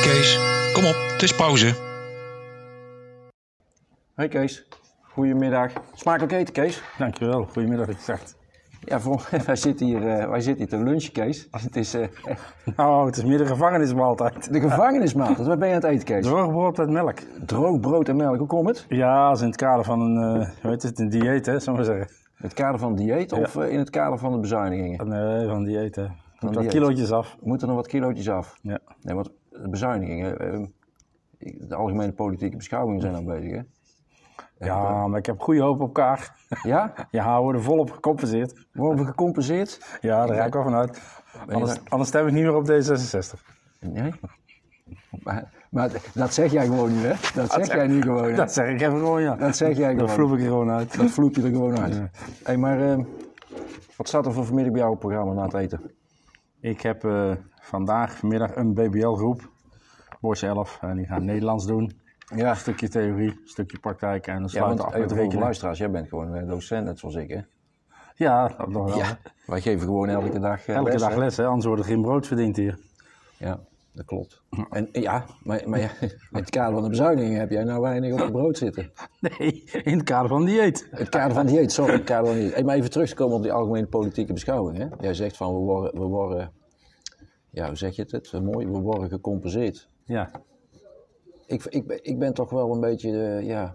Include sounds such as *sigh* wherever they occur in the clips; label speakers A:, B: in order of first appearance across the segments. A: Kees, kom op, het is pauze.
B: Hey Kees, goedemiddag. Smakelijk eten Kees.
C: Dankjewel, goedemiddag dat je zegt.
B: Ja, voor, *laughs* wij, zitten hier, eh, wij zitten hier te lunchen Kees. Het is eh, *laughs*
C: Nou, het is meer de gevangenismaaltijd.
B: de gevangenismaaltijd. Wat ben je aan het eten Kees?
C: Droogbrot met melk.
B: Droog brood en melk, hoe komt het?
C: Ja, dat is in het kader van een, eh, hoe heet het, een dieet, hè, zullen we zeggen.
B: In het kader van dieet of eh, in het kader van de bezuinigingen?
C: Nee, eh, van dieet, hè. Moet wat
B: dieet.
C: kilootjes af.
B: Moeten er nog wat kilootjes af?
C: Ja.
B: Nee, want de bezuinigingen, eh, de algemene politieke beschouwingen zijn aan bezig hè?
C: ja, maar ik heb goede hoop op kaar.
B: Ja?
C: Ja, we worden volop gecompenseerd.
B: Worden we gecompenseerd?
C: Ja, daar ga ik wel vanuit. Anders, anders stem ik niet meer op D66.
B: Nee. Maar, maar dat zeg jij gewoon nu hè? Dat zeg jij nu gewoon hè?
C: Dat zeg ik even gewoon, ja.
B: Dat zeg jij
C: Dat
B: gewoon.
C: vloep ik er gewoon uit.
B: Dat vloep je er gewoon uit. Hey, maar eh, wat staat er voor vanmiddag bij jou op het programma na het eten?
C: Ik heb eh, vandaag vanmiddag een BBL-groep, Boys 11, en die gaan Nederlands doen.
B: Ja,
C: Een stukje theorie, een stukje praktijk en dan
B: ja
C: sluiten
B: want eh,
C: we af
B: even
C: met
B: voor de
C: rekenen.
B: luisteraars, jij bent gewoon eh, docent, net zoals ik, hè?
C: Ja, dat nog wel. hè.
B: Wij geven gewoon elke dag eh,
C: Elke
B: les,
C: dag
B: hè?
C: les, hè? anders wordt er geen brood verdiend hier. *laughs*
B: Ja, dat klopt. En eh, ja, maar, maar ja, in het kader van de bezuinigingen heb jij nou weinig op het brood zitten.
C: Nee, in het kader van dieet.
B: Het kader van dieet, sorry, het kader van dieet. Hey, maar even terug te komen op die algemene politieke beschouwing, hè? Jij zegt van, we worden, we worden ja, hoe zeg je het, het? Mooi, we worden gecompenseerd.
C: Ja,
B: ik, ik, ben- ik ben toch wel een beetje, eh, ja,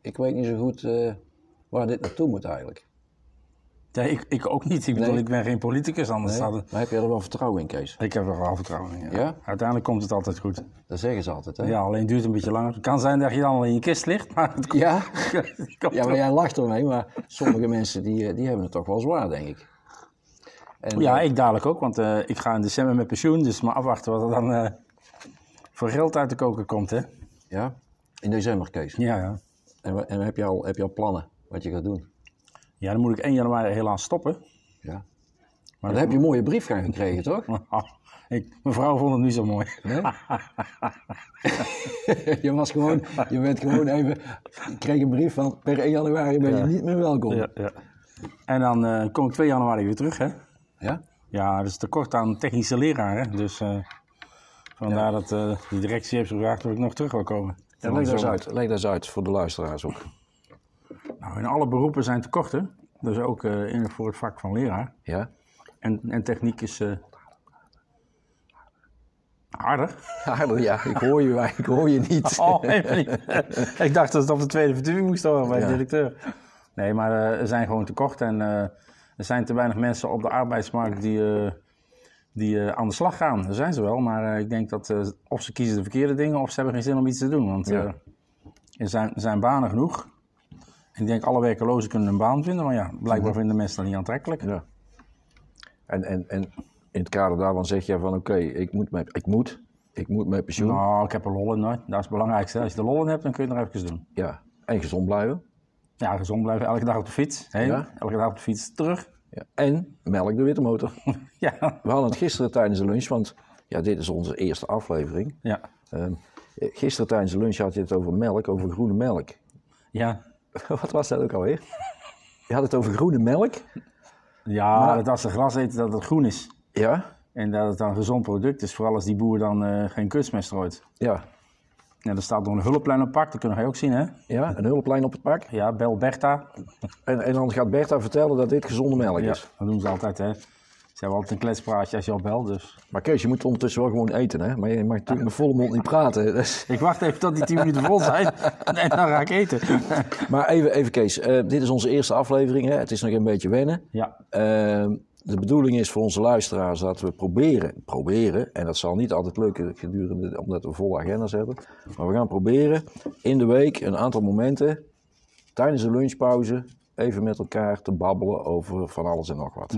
B: ik weet niet zo goed eh, waar dit naartoe moet eigenlijk.
C: ja ik, ik ook niet. Ik bedoel,
B: Nee.
C: ik ben geen politicus, anders
B: Hè?
C: staat het...
B: Maar heb je er wel vertrouwen in, Kees?
C: Ik heb er wel vertrouwen in.
B: Ja?
C: Uiteindelijk komt het altijd goed.
B: Dat zeggen ze altijd, hè?
C: Ja, alleen duurt het een beetje langer. Het kan zijn dat je dan al in je kist ligt, maar het
B: *laughs*
C: komt,
B: Ja?
C: *laughs* het komt
B: Ja, maar
C: wel.
B: jij lacht ermee, maar sommige mensen die, eh, die hebben het toch wel zwaar, denk ik. En,
C: Ja,
B: eh,
C: ik dadelijk ook, want eh, ik ga in december met pensioen, dus maar afwachten wat er dan eh, voor geld uit de koker komt, hè?
B: ja? In december, Kees.
C: Ja, ja.
B: En, wa- en heb, je al, heb je al plannen wat je gaat doen?
C: Ja, dan moet ik 1 januari helaas stoppen. *laughs*
B: Ja. Maar dan heb je een mooie brief gaan gekregen, toch? *laughs*
C: ik, mijn vrouw vond het niet zo mooi.
B: je, was
C: *laughs*
B: gewoon, je bent gewoon even... Je kreeg een brief van per 1 januari ben je niet meer welkom. Ja?
C: ja. En dan eh, kom ik 2 januari weer terug, hè? Ja, er is tekort aan technische leraren. Dus eh, vandaar dat eh, de directie heeft gevraagd of ik nog terug wil komen.
B: Ja, leg dat eens uit. Leg dat eens uit voor de luisteraars ook.
C: Nou, in alle beroepen zijn tekorten. Dus ook eh, in, voor het vak van leraar.
B: Ja? *laughs*
C: En, en techniek is eh, harder.
B: Harder, ja. Ik hoor je, maar ik hoor je niet.
C: *laughs* Oh, even niet. ik dacht dat het op de tweede verdieping moest horen bij
B: Ja.
C: de directeur. Nee, maar eh, er zijn gewoon tekorten. En eh, er zijn te weinig mensen op de arbeidsmarkt die, eh, die eh, aan de slag gaan. Er zijn ze wel, maar eh, ik denk dat eh, of ze kiezen de verkeerde dingen of ze hebben geen zin om iets te doen. Want eh, er, zijn, er zijn banen genoeg. En ik denk alle werkelozen kunnen een baan vinden, maar ja, blijkbaar vinden mensen dat niet aantrekkelijk.
B: Ja. *laughs* En, en, en in het kader daarvan zeg jij van, oké, ik moet mijn ik moet, ik moet mijn pensioen.
C: Nou, ik heb er lol in, hoor. dat is het belangrijkste. Als je er lol in hebt, dan kun je het nog even doen.
B: Ja. En gezond blijven.
C: Ja, gezond blijven, elke dag op de fiets. Heen,
B: Ja.
C: Elke dag op de fiets terug. *laughs*
B: Ja. En melk de witte motor.
C: Ja,
B: We hadden het gisteren tijdens de lunch, want ja, dit is onze eerste aflevering.
C: ja,
B: Ehm, eh, gisteren tijdens de lunch had je het over melk, over groene melk. *laughs*
C: ja.
B: Wat was dat ook alweer? Je had het over groene melk.
C: Ja, dat als ze gras eten, dat het groen is.
B: Ja.
C: En dat het dan een gezond product is, vooral als die boer dan eh, geen kunst meer strooit.
B: Ja.
C: Ja, er staat nog een hulplijn op het pak, dat kunnen we ook zien, hè?
B: Ja, een hulplijn op het pak.
C: Ja, bel Bertha.
B: En, en dan gaat Bertha vertellen dat dit gezonde melk
C: Ja,
B: is.
C: dat doen ze altijd, hè? Ze hebben altijd een kletspraatje als je al belt, dus...
B: Maar Kees, je moet ondertussen wel gewoon eten, hè? Maar je mag natuurlijk met volle mond niet praten. *laughs* Dus-
C: Ik wacht even tot die 10 minuten vol zijn en dan ga ik eten.
B: Maar even, even Kees, eh, dit is onze eerste aflevering, hè? Het is nog een beetje wennen.
C: Ja,
B: Eh, de bedoeling is voor onze luisteraars dat we proberen, proberen, en dat zal niet altijd lukken gedurende, omdat we volle agenda's hebben. Maar we gaan proberen in de week een aantal momenten tijdens de lunchpauze even met elkaar te babbelen over van alles en nog wat.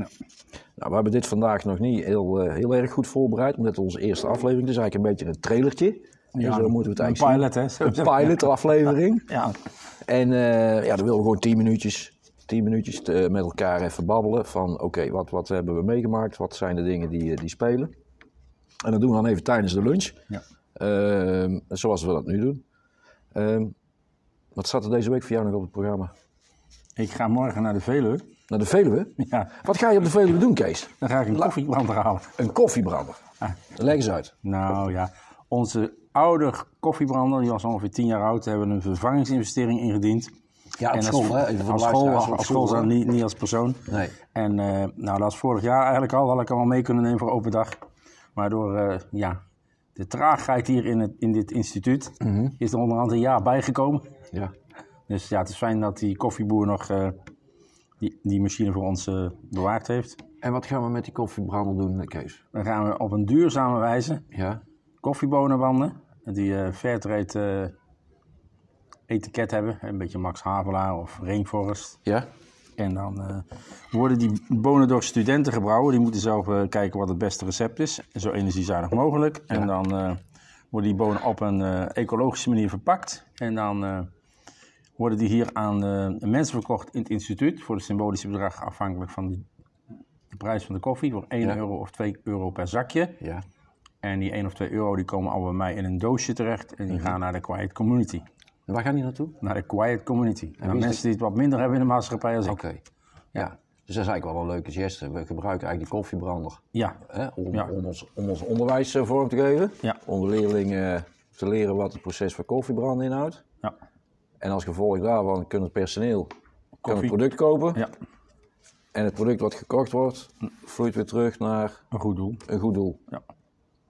B: Nou, we hebben dit vandaag nog niet heel, eh, heel erg goed voorbereid, omdat het onze eerste aflevering is. Het is eigenlijk een beetje een trailertje. Ja, zo moeten we het
C: een
B: eigenlijk zien.
C: pilot, hè? Zo zeggen we.
B: Een pilot aflevering.
C: ja.
B: En eh, ja, dan willen we gewoon tien minuutjes, tien minuutjes eh, met elkaar even babbelen. Van oké, wat, wat hebben we meegemaakt? Wat zijn de dingen die, eh, die spelen? En dat doen we dan even tijdens de lunch.
C: Ja.
B: Ehm, zoals we dat nu doen. Ehm, wat staat er deze week voor jou nog op het programma?
C: Ik ga morgen naar de Veluwe.
B: Naar de Veluwe?
C: Ja,
B: Wat ga je op de Veluwe doen, Kees?
C: dan ga ik een koffiebrander halen.
B: Ah. Een koffiebrander. Leg eens uit.
C: Nou ja, Onze oude koffiebrander, die was ongeveer 10 jaar oud, hebben we een vervangingsinvestering ingediend.
B: Ja, op
C: En
B: school, hè? Even voor de
C: als
B: luisteraars,
C: school,
B: op
C: als, als
B: school,
C: school,
B: hè?
C: dan niet, niet als persoon.
B: Nee.
C: En eh, nou, dat is vorig jaar eigenlijk al, had ik hem al mee kunnen nemen voor open dag. Maar door eh, ja, de traagheid hier in, het, in dit instituut
B: Mhm.
C: is er onderhand een jaar bijgekomen.
B: Ja.
C: Dus ja, het is fijn dat die koffieboer nog eh, die, die machine voor ons eh, bewaakt heeft.
B: En wat gaan we met die koffiebrander doen, Kees?
C: Dan gaan we op een duurzame wijze
B: Ja?
C: koffiebonenbanden. Die eh Fairtrade eh, etiket hebben. Een beetje Max Havelaar of Rainforest.
B: Ja?
C: En dan eh, worden die bonen door studenten gebrouwen. Die moeten zelf eh, kijken wat het beste recept is. Zo energiezuinig mogelijk. En dan eh, worden die bonen op een eh, ecologische manier verpakt. En dan eh, worden die hier aan eh, mensen verkocht in het instituut. Voor het symbolische bedrag afhankelijk van de, de prijs van de koffie. Voor 1
B: Ja.
C: euro of 2 euro per zakje.
B: Ja.
C: En die 1 of 2 euro die komen al bij mij in een doosje terecht. En
B: Mhm.
C: die gaan naar de Quiet Community.
B: En waar gaan die naartoe? Oké.
C: Naar de Quiet Community. Naar
B: is
C: mensen die het wat minder hebben in de maatschappij als ik.
B: Ja. Dus dat is eigenlijk wel een leuke geste. We gebruiken eigenlijk die koffiebrander
C: Ja,
B: hè, om,
C: Ja.
B: om, ons, om ons onderwijs eh, vorm te geven.
C: Ja.
B: Om de leerlingen eh, te leren wat het proces van koffiebranden inhoudt.
C: ja,
B: En als gevolg daarvan kan het personeel kan het
C: Koffie.
B: product kopen.
C: ja.
B: En het product wat gekocht wordt, vloeit weer terug naar
C: Een goed doel.
B: een goed doel.
C: Ja.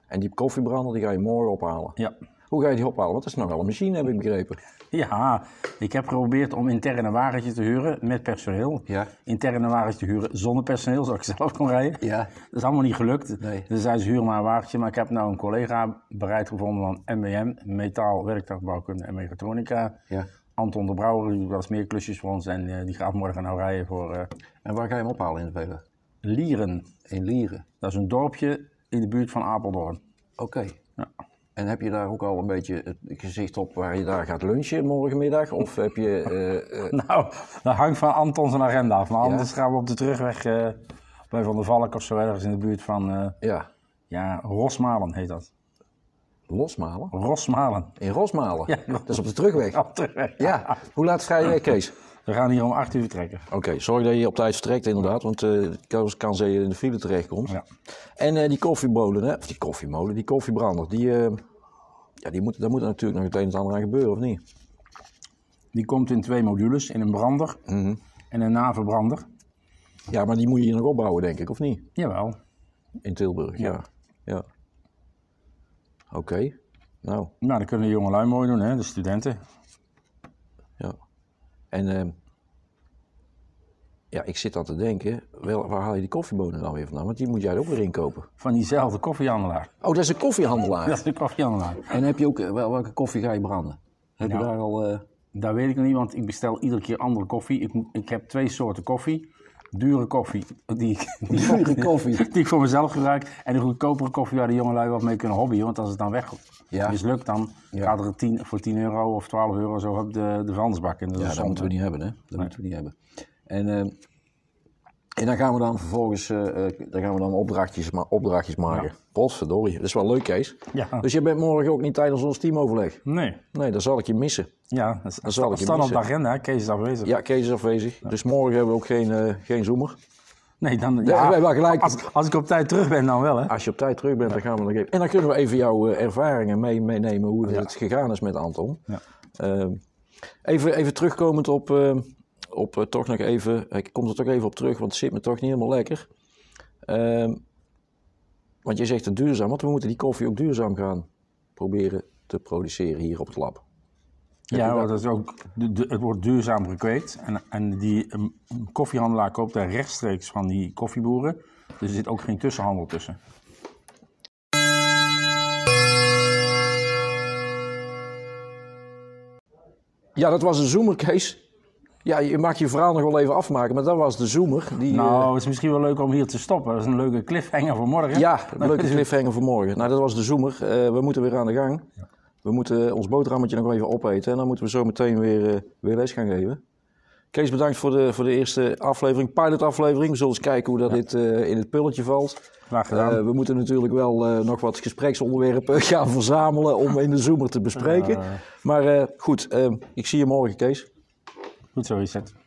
B: En die koffiebrander die ga je morgen ophalen.
C: Ja.
B: Hoe ga je die ophalen? Want dat is nogal een machine, heb ik begrepen.
C: ja, ik heb geprobeerd om interne wagentje te huren met personeel.
B: Ja.
C: Interne wagentje te huren zonder personeel, zodat ik zelf kon rijden.
B: Ja.
C: Dat is allemaal niet gelukt.
B: Nee.
C: Dus zei ze, huur maar een wagentje. Maar ik heb nou een collega bereid gevonden van MBM, Metaal, Werktuigbouwkunde en Mechatronica.
B: Ja.
C: Anton de Brouwer, die doet wel eens meer klusjes voor ons. En eh, die gaat morgen nou rijden voor eh,
B: En waar ga je hem ophalen in de Velen?
C: Lieren.
B: In Lieren.
C: Dat is een dorpje in de buurt van Apeldoorn. *laughs*
B: Oké.
C: Ja.
B: En heb je daar ook al een beetje het gezicht op waar je daar gaat lunchen morgenmiddag? Of heb je... eh, eh,
C: Nou, dat hangt van Anton zijn agenda af. Maar anders gaan we op de terugweg eh, bij Van der Valk of zo ergens in de buurt van... eh,
B: ja,
C: ja, Rosmalen heet dat.
B: Losmalen?
C: Rosmalen. *laughs*
B: In Rosmalen?
C: Ja.
B: Dat is op de terugweg?
C: Op de terugweg.
B: Ja. Hoe laat ga je weg, Kees?
C: We gaan hier om 8 uur vertrekken.
B: Oké, zorg dat je op tijd vertrekt inderdaad, want eh, het kan- kan zijn dat je in de file terechtkomt.
C: Ja.
B: En eh, die koffiemolen, hè, of die koffiemolen, die koffiebrander, die, eh, ja, die moet, daar moet natuurlijk nog het een en het ander aan gebeuren, of niet?
C: Die komt in twee modules. In een brander en een naverbrander.
B: Ja, maar die moet je hier nog opbouwen, denk ik, of niet?
C: Jawel.
B: In Tilburg, ja. ja. Oké, nou,
C: Nou, dat kunnen de jongelui mooi doen, hè? de studenten.
B: ja. En ehm, ja, ik zit dan te denken, wel, waar haal je die koffiebonen dan weer vandaan? Want die moet jij er ook weer inkopen.
C: Van diezelfde koffiehandelaar. *laughs*
B: Oh, dat is een koffiehandelaar.
C: Dat is de koffiehandelaar.
B: En heb je ook, eh, wel, welke koffie ga je branden? Heb je daar al... eh,
C: Daar weet ik nog niet, want ik bestel iedere keer andere koffie. Ik, moet- ik heb twee soorten koffie. Dure koffie, die, ik-
B: *laughs*
C: die,
B: Dure koffie.
C: *laughs* die ik voor mezelf gebruik. En de goedkopere koffie waar de jongelui wat mee kunnen hobbyen. Want als het dan weg
B: Ja.
C: mislukt, dan gaat er 10, voor 10 euro of 12 euro zo op de, de vuilnisbak. En dat
B: Ja,
C: is
B: dat
C: zonde.
B: moeten we niet hebben, hè? Dat moeten we niet hebben. En, eh, en dan gaan we dan vervolgens eh, eh, dan gaan we dan opdrachtjes, ma opdrachtjes maken. Potverdorie, dat is wel leuk, Kees.
C: Ja.
B: Dus je bent morgen ook niet tijdens ons teamoverleg?
C: Nee,
B: Nee, dan zal ik je missen.
C: ja, dat, dat
B: zal ik je
C: staat op de
B: missen.
C: agenda. hè. Kees is afwezig.
B: Ja, Kees is afwezig. Dus morgen hebben we ook geen, eh, geen zoomer.
C: Nee, dan,
B: Ja,
C: ja,
B: we hebben wel gelijk.
C: Als, als ik op tijd terug ben, dan wel, hè?
B: Als je op tijd terug bent, dan gaan we nog even... En dan kunnen we even jouw eh, ervaringen mee, meenemen hoe het gegaan is met Anton.
C: Ja.
B: Ehm, even, even terugkomend op, ehm, op eh, toch nog even, ik kom er toch even op terug, want het zit me toch niet helemaal lekker. Ehm, want je zegt het duurzaam, want we moeten die koffie ook duurzaam gaan proberen te produceren hier op het lab.
C: Ja, want dat is ook, de- de- het wordt duurzaam gekweekt. En, en die ehm, koffiehandelaar koopt daar rechtstreeks van die koffieboeren. Dus er zit ook geen tussenhandel tussen.
B: Ja, dat was een zoomer, Kees. Ja, je mag je verhaal nog wel even afmaken, maar dat was de zoomer. Die, eh,
C: Nou, het is misschien wel leuk om hier te stoppen. Dat is een leuke cliffhanger voor morgen.
B: Ja, een leuke cliffhanger voor morgen. Nou, dat was de zoemer. Eh, we moeten weer aan de gang. We moeten ons boterhammetje nog wel even opeten. En dan moeten we zo meteen weer, eh, weer les gaan geven. Kees, bedankt voor de, voor de eerste aflevering, pilotaflevering. We zullen eens kijken hoe dat dit eh, in het pulletje valt.
C: Graag gedaan.
B: Eh, we moeten natuurlijk wel eh, nog wat gespreksonderwerpen *laughs* gaan verzamelen om in de zoemer te bespreken. Maar eh, goed, eh, ik zie je morgen, Kees.
C: Goed zo, Richard.